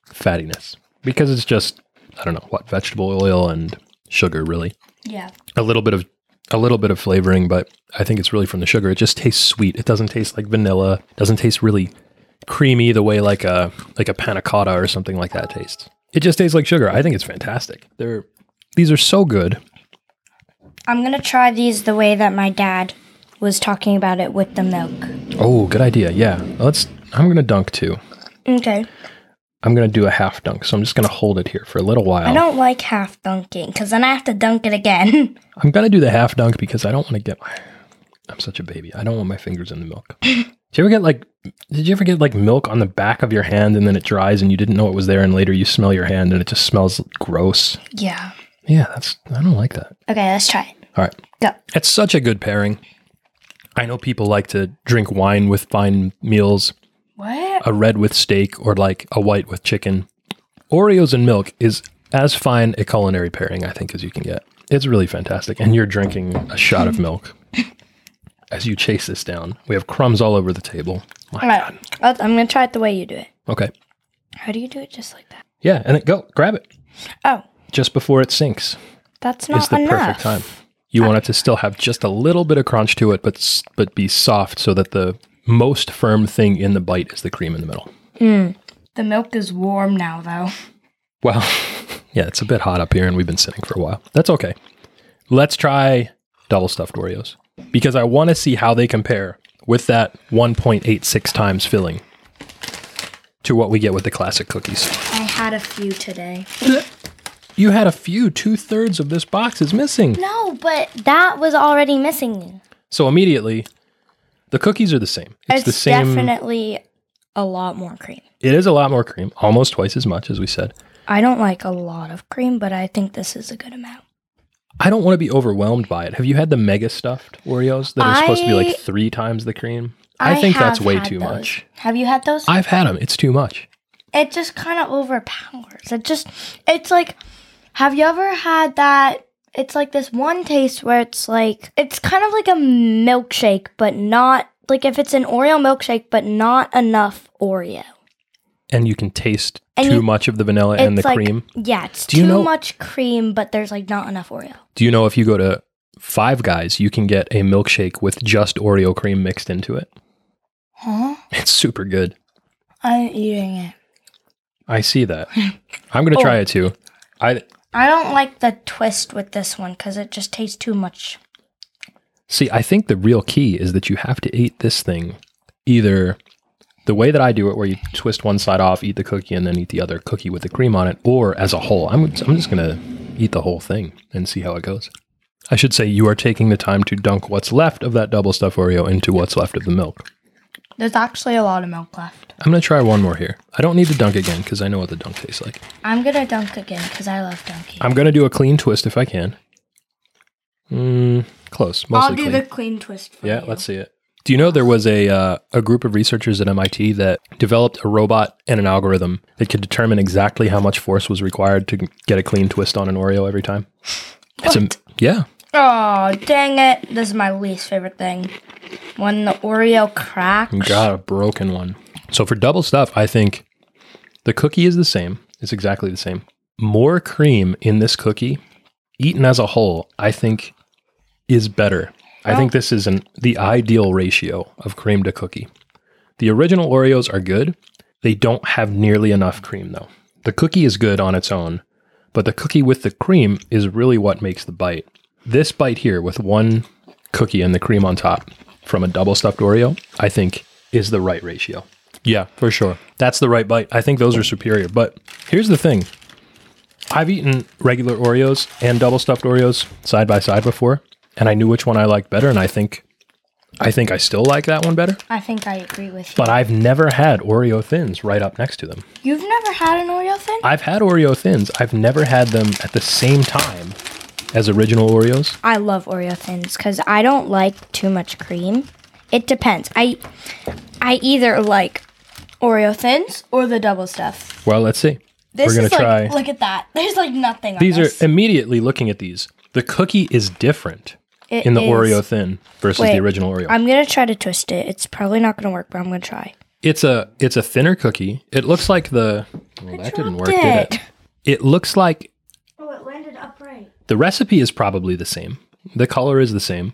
A: fattiness because it's just, I don't know, what vegetable oil and sugar really.
B: yeah.
A: A little bit of a little bit of flavoring, but I think it's really from the sugar. It just tastes sweet. It doesn't taste like vanilla. It doesn't taste really creamy the way like a like a panna cotta or something like that tastes. It just tastes like sugar. I think it's fantastic. They're these are so good.
B: I'm gonna try these the way that my dad was talking about it with the milk.
A: Oh, good idea. Yeah. Let's I'm gonna dunk too.
B: Okay.
A: I'm gonna do a half dunk. So I'm just gonna hold it here for a little while.
B: I don't like half dunking because then I have to dunk it again.
A: I'm gonna do the half dunk because I don't want to get. I'm such a baby. I don't want my fingers in the milk. did you ever get like? Did you ever get like milk on the back of your hand and then it dries and you didn't know it was there and later you smell your hand and it just smells gross?
B: yeah.
A: Yeah, that's. I don't like that.
B: Okay. Let's try it.
A: All right,
B: Go.
A: it's such a good pairing. I know people like to drink wine with fine meals,
B: What?
A: a red with steak, or like a white with chicken. Oreos and milk is as fine a culinary pairing, I think, as you can get. It's really fantastic. And you're drinking a shot of milk as you chase this down. We have crumbs all over the table. Oh My
B: All
A: God.
B: right. Let's- I'm gonna try it the way you do it.
A: Okay.
B: How do you do it just like that?
A: Yeah. And it, go grab it
B: Oh,
A: just before it sinks
B: that's
A: is
B: not
A: the
B: enough.
A: perfect time. You want it to still have just a little bit of crunch to it, but s- but be soft so that the most firm thing in the bite is the cream in the middle.
B: The milk is warm now, though.
A: Well, yeah, it's a bit hot up here and we've been sitting for a while. That's okay. Let's try double stuffed Oreos because I want to see how they compare with that 1.86 times filling to what we get with the classic cookies.
B: I had a few today.
A: You had a few, two thirds of this box is missing.
B: No, but that was already missing.
A: So immediately, the cookies are the same. It's,
B: It's,
A: the same.
B: definitely a lot more cream.
A: it is a lot more cream, almost twice as much as we said.
B: I don't like a lot of cream, but I think this is a good amount.
A: I don't want to be overwhelmed by it. Have you had the mega stuffed Oreos that are supposed to be
B: I-
A: like three times the cream? I, think that's
B: have
A: way
B: had
A: too
B: those.
A: much.
B: Have you had those?
A: I've had them. It's too much.
B: it just kind of overpowers. It just, it's like, have you ever had that? It's like this one taste where it's like, it's kind of like a milkshake, but not, like if it's an Oreo milkshake, but not enough Oreo.
A: And you can taste
B: And
A: too
B: you-
A: much of the vanilla and the
B: it's like,
A: cream.
B: Yeah, it's
A: Do you
B: too
A: know-
B: much cream, but there's like not enough Oreo.
A: Do you know if you go to Five Guys, you can get a milkshake with just Oreo cream mixed into it?
B: Huh?
A: It's super good.
B: I'm eating it.
A: I see that. I'm going to
B: Oh.
A: try it too. I
B: I don't like the twist with this one because it just tastes too much.
A: See, I think the real key is that you have to eat this thing either the way that I do it, where you twist one side off, eat the cookie, and then eat the other cookie with the cream on it, or as a whole. I'm, I'm just going to eat the whole thing and see how it goes. I should say you are taking the time to dunk what's left of that double stuffed Oreo into what's left of the milk.
B: There's actually a lot of milk left.
A: I'm going to try one more here. I don't need to dunk again because I know what the dunk tastes like.
B: I'm gonna dunk again because I love dunking.
A: I'm going to do a clean twist if I can. Mm, close. Mostly
B: I'll do
A: clean.
B: the clean twist for
A: Yeah,
B: you.
A: let's see it. Do you know there was a uh, a group of researchers at MIT that developed a robot and an algorithm that could determine exactly how much force was required to get a clean twist on an Oreo every time? It's a, yeah.
B: Oh dang it! This is my least favorite thing. When the Oreo cracks.
A: You got a broken one. So for double stuff, I think the cookie is the same. It's exactly the same. More cream in this cookie, eaten as a whole, I think is better. I think this is an the ideal ratio of cream to cookie. The original Oreos are good. They don't have nearly enough cream though. The cookie is good on its own, but the cookie with the cream is really what makes the bite. This bite here with one cookie and the cream on top from a double stuffed Oreo, I think is the right ratio. Yeah, for sure. That's the right bite. I think those are superior. But here's the thing I've eaten regular Oreos and double stuffed Oreos side by side before, and I knew which one I liked better, and I think. I think I still like that one better,
B: I think I agree with you.
A: but I've never had Oreo thins right up next to them.
B: You've never had an Oreo thing?
A: I've had Oreo thins. I've never had them at the same time as original Oreos.
B: I love Oreo thins because I don't like too much cream. It depends. I I either like Oreo thins or the double stuff.
A: Well, let's see.
B: This
A: We're gonna
B: is like
A: try.
B: look at that. There's like nothing.
A: these
B: on
A: are
B: this.
A: immediately looking at these. The cookie is different
B: It
A: in the
B: is-
A: Oreo thin versus the
B: Wait,
A: original Oreo.
B: I'm gonna try to twist it. It's probably not gonna work, but I'm gonna try.
A: it's a it's a thinner cookie. It looks like the well, that didn't work, did it? It looks like
B: Oh, it landed upright.
A: the recipe is probably the same. The color is the same.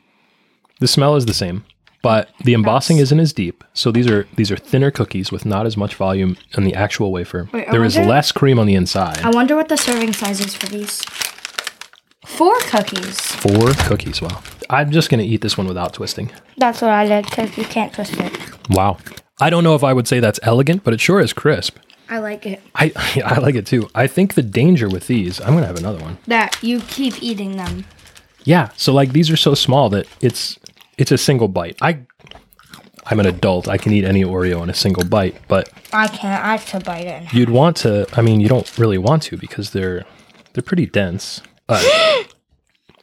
A: The smell is the same, but the embossing isn't as deep. So these are these are thinner cookies with not as much volume on the actual wafer.
B: Wait, I
A: there is
B: wonder-
A: less cream on the inside.
B: I wonder what the serving size is for these. Four cookies.
A: Four cookies. Wow. I'm just gonna eat this one without twisting.
B: That's what I did because you can't twist it.
A: Wow. I don't know if I would say that's elegant, but it sure is crisp.
B: I like it.
A: I I like it too. I think the danger with these, I'm gonna have another one.
B: That you keep eating them.
A: Yeah. So like these are so small that it's it's a single bite. I I'm an adult. I can eat any Oreo in a single bite, but
B: I can't. I have to bite it.
A: you'd want to. I mean, you don't really want to because they're they're pretty dense. Uh,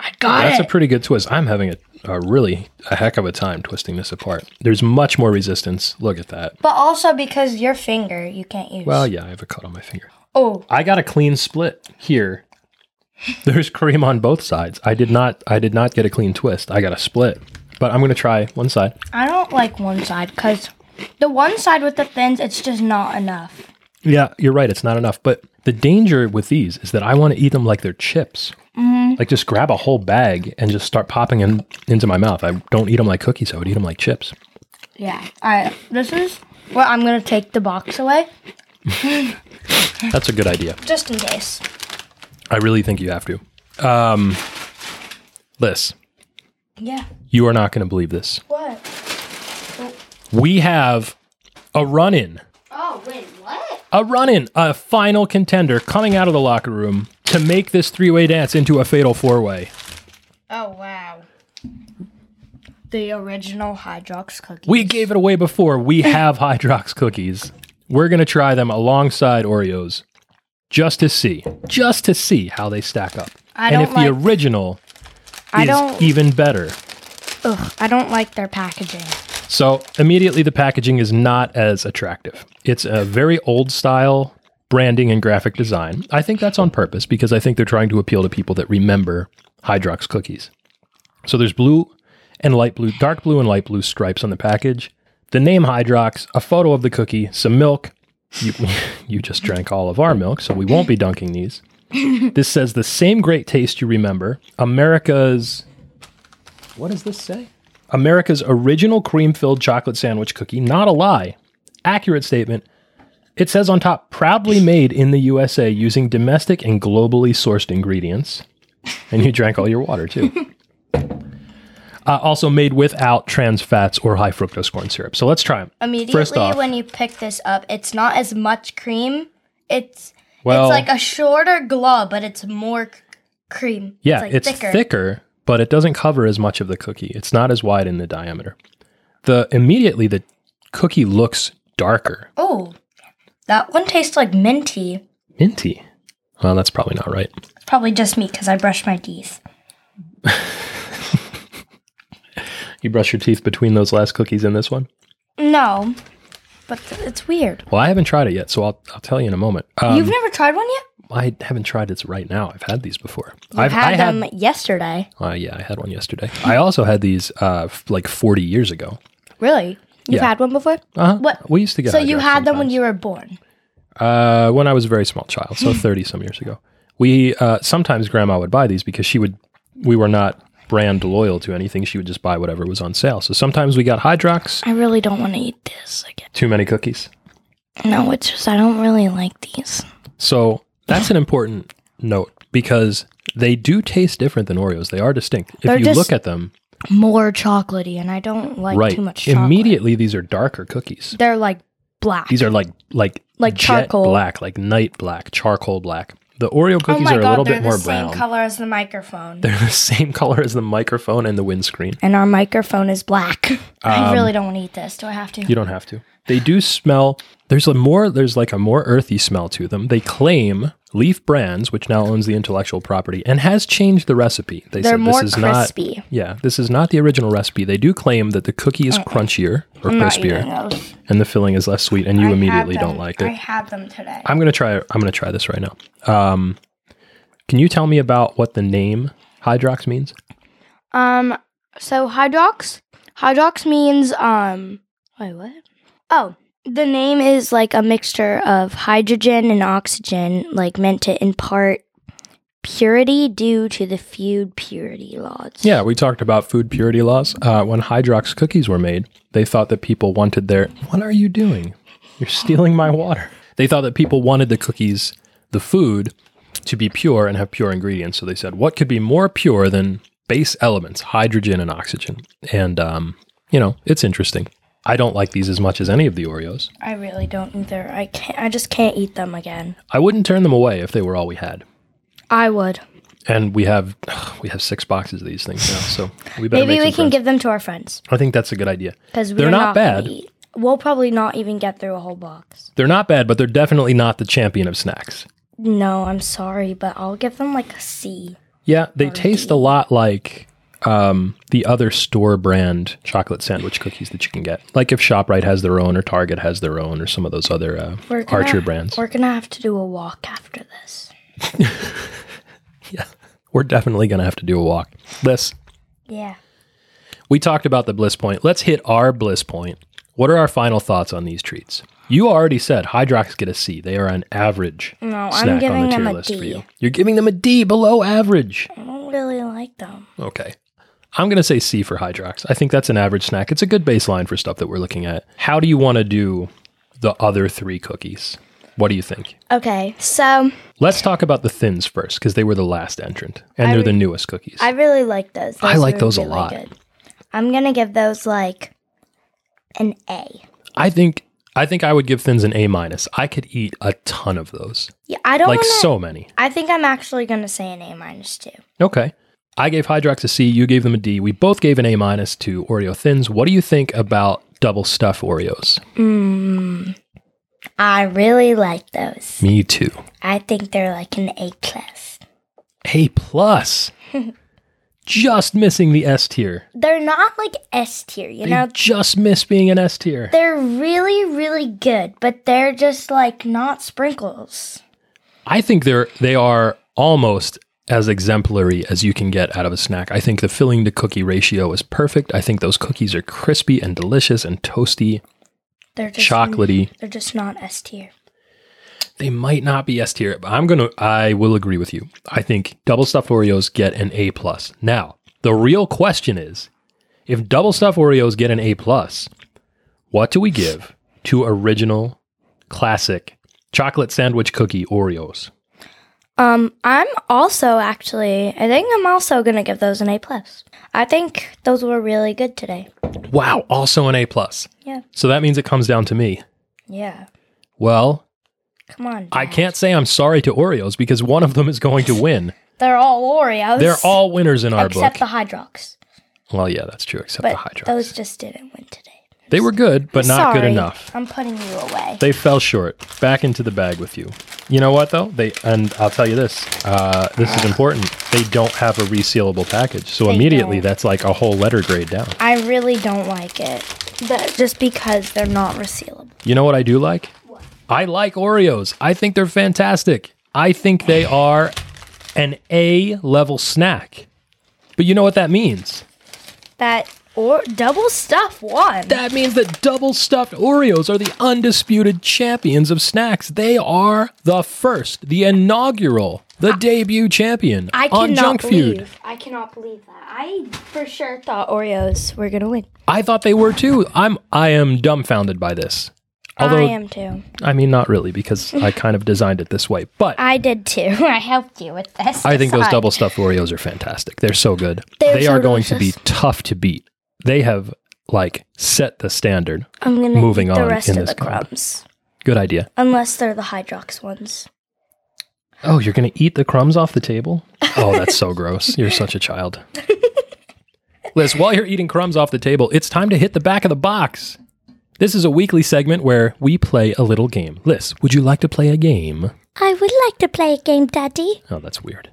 B: I got
A: that's
B: it.
A: a pretty good twist. I'm having a, a really a heck of a time twisting this apart. There's much more resistance. Look at that.
B: But also because your finger you can't use.
A: Well, yeah, I have a cut on my finger.
B: oh,
A: I got a clean split here. There's cream on both sides. I did not I did not get a clean twist. I got a split. But I'm going to try one side.
B: I don't like one side because the one side with the thins, it's just not enough.
A: Yeah, you're right. It's not enough. But the danger with these is that I want to eat them like they're chips. Like just grab a whole bag and just start popping them into my mouth. I don't eat them like cookies. I would eat them like chips.
B: Yeah. All right. This is where I'm gonna take the box away,
A: That's a good idea.
B: just in case.
A: I really think you have to. Um, Liz,
B: Yeah.
A: you are not going to believe this.
B: What?
A: We have a run in,
B: Oh wait, what?
A: a run in, a final contender coming out of the locker room to make this three way dance into a fatal four way.
B: Oh wow. The original Hydrox cookie.
A: We gave it away before. We have Hydrox cookies. We're going to try them alongside Oreos just to see, just to see how they stack up.
B: I
A: and
B: don't
A: if
B: like-
A: the original
B: I
A: is e-
B: don't.
A: even better.
B: Ugh, I don't like their packaging.
A: So immediately the packaging is not as attractive. It's a very old style branding and graphic design. I think that's on purpose because I think they're trying to appeal to people that remember Hydrox cookies. So there's blue and light blue, dark blue and light blue stripes on the package. The name Hydrox, a photo of the cookie, some milk. You, you just drank all of our milk, so we won't be dunking these. This says the same great taste you remember. America's. What does this say? America's original cream filled chocolate sandwich cookie. Not a lie. Accurate statement. It says on top, proudly made in the USA using domestic and globally sourced ingredients. And you drank all your water too. Uh, also made without trans fats or high fructose corn syrup. So let's try them.
B: Immediately
A: First off-
B: when you pick this up, it's not as much cream. It's
A: Well-
B: it's like a shorter glob, but it's more c- cream.
A: Yeah,
B: like
A: it's, thicker. but it doesn't cover as much of the cookie. It's not as wide in the diameter. The immediately the cookie looks darker,
B: Oh, that one tastes like minty.
A: minty. Well, that's probably not right.
B: It's probably just me because I brushed my teeth.
A: You brush your teeth between those last cookies and this one.
B: No, but th- it's weird.
A: Well, I haven't tried it yet, so I'll I'll tell you in a moment. Um,
B: You've never tried one yet?
A: I haven't tried it right now. I've had these before.
B: I
A: I've
B: had
A: I
B: them yesterday.
A: Had, uh, yeah, I had one yesterday. I also had these uh, f- like 40 years ago.
B: Really? You've
A: Yeah.
B: had one before?
A: Uh-huh.
B: What-
A: We used to get.
B: so you
A: Hydrox
B: had them
A: sometimes.
B: when you were born.
A: Uh, when I was a very small child,
B: Hmm.
A: so 30 some years ago. We uh, sometimes grandma would buy these because she would, we were not brand loyal to anything. She would just buy whatever was on sale. So sometimes we got Hydrox,
B: I really don't want to eat this again.
A: too many cookies.
B: No, it's just I don't really like these.
A: So that's an important note because they do taste different than Oreos. They are distinct. If
B: They're
A: you
B: just
A: look at them,
B: More chocolatey, and I don't like
A: right,
B: too much chocolate.
A: immediately these are darker cookies.
B: They're like black.
A: These are like like
B: Like
A: jet
B: charcoal.
A: black, like night black, charcoal black. The Oreo
B: oh
A: cookies
B: my
A: are a
B: god,
A: little
B: they're
A: bit
B: the
A: more
B: same
A: brown.
B: color as the microphone.
A: They're the same color as the microphone and the windscreen.
B: and our microphone is black. I really don't want to eat this. Do I have to?
A: Um, You don't have to. They do smell. There's a more. There's like a more earthy smell to them. They claim Leaf Brands, which now owns the intellectual property and has changed the recipe. They
B: They're
A: said
B: more
A: this is
B: crispy.
A: not. Yeah, this is not the original recipe. They do claim that the cookie is crunchier or
B: I'm not eating
A: crispier,
B: those.
A: and the filling is less sweet, and you
B: I
A: immediately
B: had them-
A: don't like
B: I
A: it.
B: had them today.
A: I'm gonna try. I'm gonna try this right now. Um, can you tell me about what the name Hydrox means?
B: Um. So hydrox. Hydrox means um. Wait, what? Oh, the name is like a mixture of hydrogen and oxygen, like meant to impart purity due to the food purity laws.
A: Yeah, we talked about food purity laws. Uh, when Hydrox cookies were made, they thought that people wanted their. What are you doing? You're stealing my water. They thought that people wanted the cookies, the food, to be pure and have pure ingredients. So they said, what could be more pure than base elements, hydrogen and oxygen? And, um, you know, it's interesting. I don't like these as much as any of the Oreos.
B: I really don't either. I can't. I just can't eat them again.
A: I wouldn't turn them away if they were all we had.
B: I would.
A: And we have we have six boxes of these things now, so we better
B: Maybe
A: make
B: we
A: some
B: can
A: friends.
B: give them to our friends
A: I think that's a good idea.
B: because
A: They're not bad.
B: We'll probably not even get through a whole box.
A: They're not bad, but they're definitely not the champion of snacks.
B: No, I'm sorry, but I'll give them like a C.
A: Yeah, they taste a lot like um, the other store brand chocolate sandwich cookies that you can get. Like if ShopRite has their own, or Target has their own, or some of those other uh,
B: We're gonna-
A: Archer brands.
B: We're gonna have to do a walk after this.
A: We're definitely going to have to do a walk. Liz,
B: Yeah.
A: we talked about the bliss point. Let's hit our bliss point. What are our final thoughts on these treats? You already said Hydrox get a C. They are an average
B: No, I'm
A: snack on
B: giving
A: the
B: them
A: tier
B: a
A: list for
B: D.
A: you. You're giving them a D below average.
B: I don't really like them.
A: Okay. I'm going to say C for Hydrox. I think that's an average snack. It's a good baseline for stuff that we're looking at. How do you want to do the other three cookies? What do you think?
B: Okay, so
A: Let's talk about the thins first because they were the last entrant and
B: I
A: they're
B: re-
A: the newest cookies.
B: I really like those.
A: I like those a lot.
B: I'm gonna give those like an A.
A: I think I think I would give thins an A minus. I could eat a ton of those,
B: Yeah, I don't
A: like
B: wanna-
A: so many.
B: I think I'm actually gonna say an A minus too.
A: Okay. I gave Hydrox a C. You gave them a D. We both gave an A minus to Oreo thins. What do you think about double stuff Oreos?
B: Mm, I really like those.
A: Me too.
B: I think they're like an A plus.
A: A plus. just missing the S tier.
B: They're not like S tier, you
A: They
B: know.
A: just miss being an S tier.
B: They're really, really good, but they're just like not sprinkles.
A: I think they're they are almost as exemplary as you can get out of a snack. I think the filling to cookie ratio is perfect. I think those cookies are crispy and delicious and toasty,
B: They're just
A: chocolatey.
B: They're just not S tier.
A: They might not be S tier, but I'm gonna I will agree with you. I think double stuffed Oreos get an A plus. Now, the real question is if double stuffed Oreos get an A plus, what do we give to original classic chocolate sandwich cookie Oreos?
B: Um, I'm also actually. I think I'm also gonna give those an A plus. I think those were really good today.
A: Wow, also an A plus.
B: Yeah.
A: So that means it comes down to me.
B: Yeah.
A: Well,
B: Come on.
A: I
B: Dad.
A: can't say I'm sorry to Oreos because one of them is going to win.
B: They're all Oreos.
A: They're all winners in our
B: except
A: book.
B: the Hydrox.
A: well, yeah, that's true, except
B: But
A: the Hydrox.
B: those just didn't win today.
A: they were good, but not good
B: Sorry.
A: enough.
B: I'm putting you away.
A: They fell short. Back into the bag with you. You know what though? They and I'll tell you this. Uh, this is important. They don't have a resealable package, so
B: They
A: immediately
B: don't.
A: that's like a whole letter grade down.
B: I really don't like it. That just because they're not resealable.
A: You know what I do like? I like Oreos. I think they're fantastic. I think they are an A level snack. But you know what that means?
B: That or double stuff one.
A: That means that double stuffed Oreos are the undisputed champions of snacks. They are the first, the inaugural, the debut champion
B: I
A: on
B: cannot
A: Junk
B: believe.
A: Feud.
B: I cannot believe that. I for sure thought Oreos were gonna win.
A: I thought they were too. I'm I am dumbfounded by this. Although
B: I am too.
A: I mean not really because I kind of designed it this way, but
B: I did too. I helped you with this.
A: I think those
B: design.
A: double stuffed Oreos are fantastic. They're so good. They're
B: They're so
A: going
B: delicious.
A: to be tough to beat. They have like set the standard.
B: I'm gonna
A: moving
B: eat the
A: on
B: rest
A: in
B: of
A: this
B: the
A: column.
B: crumbs,
A: Good idea.
B: unless they're the Hydrox ones.
A: Oh, you're going to eat the crumbs off the table? Oh, that's so gross. You're such a child. Liz, while you're eating crumbs off the table, it's time to hit the back of the box. This is a weekly segment where we play a little game. Liz, would you like to play a game?
B: I would like to play a game, Daddy.
A: Oh, that's weird.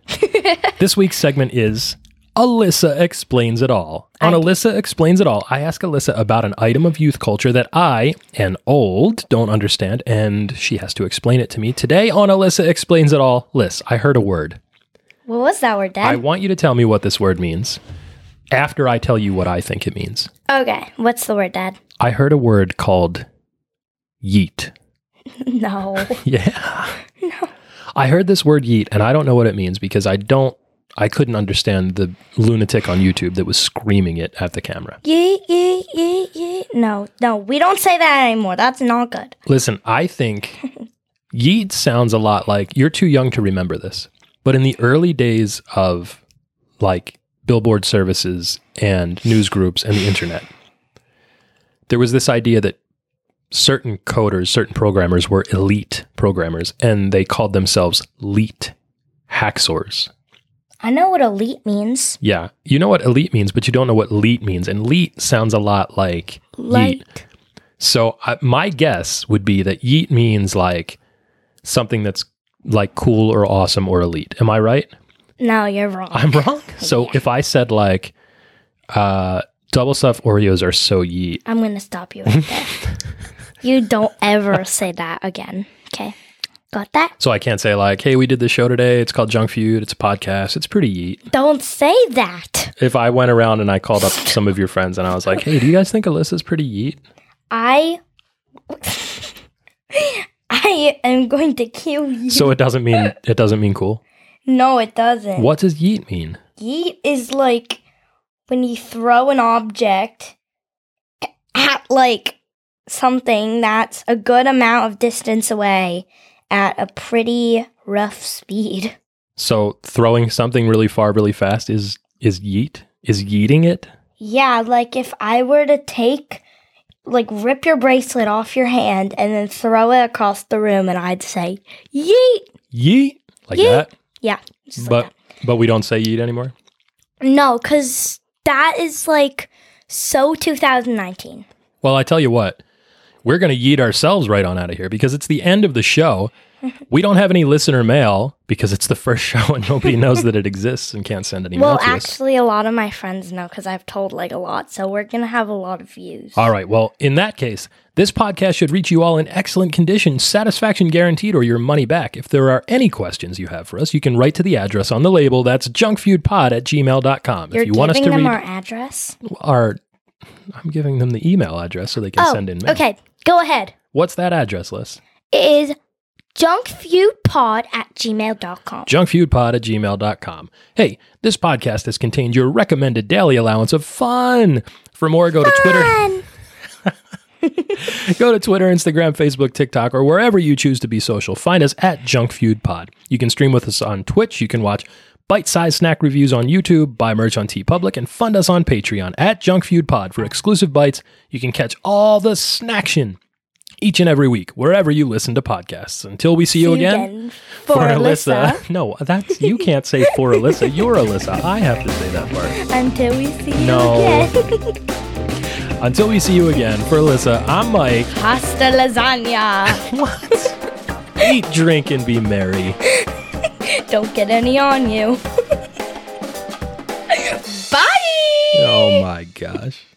A: this week's segment is Alyssa Explains It All. On Alyssa Explains It All, I ask Alyssa about an item of youth culture that I, an old, don't understand, and she has to explain it to me. Today on Alyssa Explains It All, Liz, I heard a word.
B: What was that word,
A: I
B: Dad?
A: want you to tell me what this word means after I tell you what I think it means.
B: okay, what's the word, Dad?
A: I heard a word called yeet.
B: No.
A: Yeah. I heard this word yeet and I don't know what it means because I don't I couldn't understand the lunatic on YouTube that was screaming it at the camera.
B: yeah, yeah, yeah, yeah. No, no, we don't say that anymore. That's not good.
A: Listen, I think yeet sounds a lot like you're too young to remember this. But in the early days of like billboard services and news groups and the internet, there was this idea that certain coders, certain programmers were elite programmers and they called themselves leet hacksaws.
B: I know what elite means.
A: Yeah. You know what elite means, but you don't know what leet means. And leet sounds a lot like yeet.
B: Like,
A: So I, my guess would be that yeet means like something that's like cool or awesome or elite. Am I right?
B: no, you're wrong.
A: I'm wrong. So if I said like uh, double stuffed Oreos are so yeet,
B: I'm gonna stop you right there. you don't ever say that again. Okay, got that?
A: so I can't say like, hey, we did this show today. It's called Junk Feud. It's a podcast. It's pretty yeet.
B: Don't say that.
A: If I went around and I called up some of your friends and I was like, hey, do you guys think Alyssa's pretty yeet?
B: I. I am going to kill you.
A: So it doesn't mean it doesn't mean cool.
B: No, it doesn't.
A: What does yeet mean?
B: Yeet is like when you throw an object at like something that's a good amount of distance away at a pretty rough speed.
A: So throwing something really far, really fast is is yeet is yeeting it.
B: Yeah, like if I were to take, like, rip your bracelet off your hand and then throw it across the room, and I'd say, yeet!
A: Yeet like
B: Yeet.
A: that.
B: Yeah. just like
A: but
B: that.
A: but we don't say yeet anymore.
B: no, because that is like so 2019.
A: Well, I tell you what, we're going to yeet ourselves right on out of here because it's the end of the show. We don't have any listener mail because it's the first show and nobody knows that it exists and can't send any mail
B: Well,
A: to us.
B: actually, a lot of my friends know because I've told like a lot, so we're gonna have a lot of views.
A: All right. Well, in that case, this podcast should reach you all in excellent condition, satisfaction guaranteed, or your money back. If there are any questions you have for us, you can write to the address on the label. That's junkfeudpod at gmail.com.
B: You're
A: if you
B: giving
A: want us to
B: them
A: read
B: our address.
A: our. I'm giving them the email address so they can
B: Oh,
A: send in mail.
B: okay. Go ahead.
A: What's that address, Liz?
B: It is junkfeudpod at gmail.com.
A: junkfeudpod at gmail.com. Hey, this podcast has contained your recommended daily allowance of fun. For more, go to Twitter,
B: Fun.
A: go to Twitter, Instagram, Facebook, TikTok, or wherever you choose to be social. Find us at junkfeudpod. You can stream with us on Twitch. You can watch bite-sized snack reviews on YouTube, buy merch on TeePublic, and fund us on Patreon at junkfeudpod for exclusive bites. You can catch all the snaction each and every week, wherever you listen to podcasts. Until we see you again.
B: For, Alyssa.
A: No, that's you can't say for Alyssa. You're Alyssa. I have to say that part.
B: Until we see
A: No.
B: you again.
A: Until we see you again, for Alyssa, I'm Mike.
B: Pasta lasagna.
A: What? Eat, drink, and be merry.
B: Don't get any on you. Bye.
A: Oh my gosh.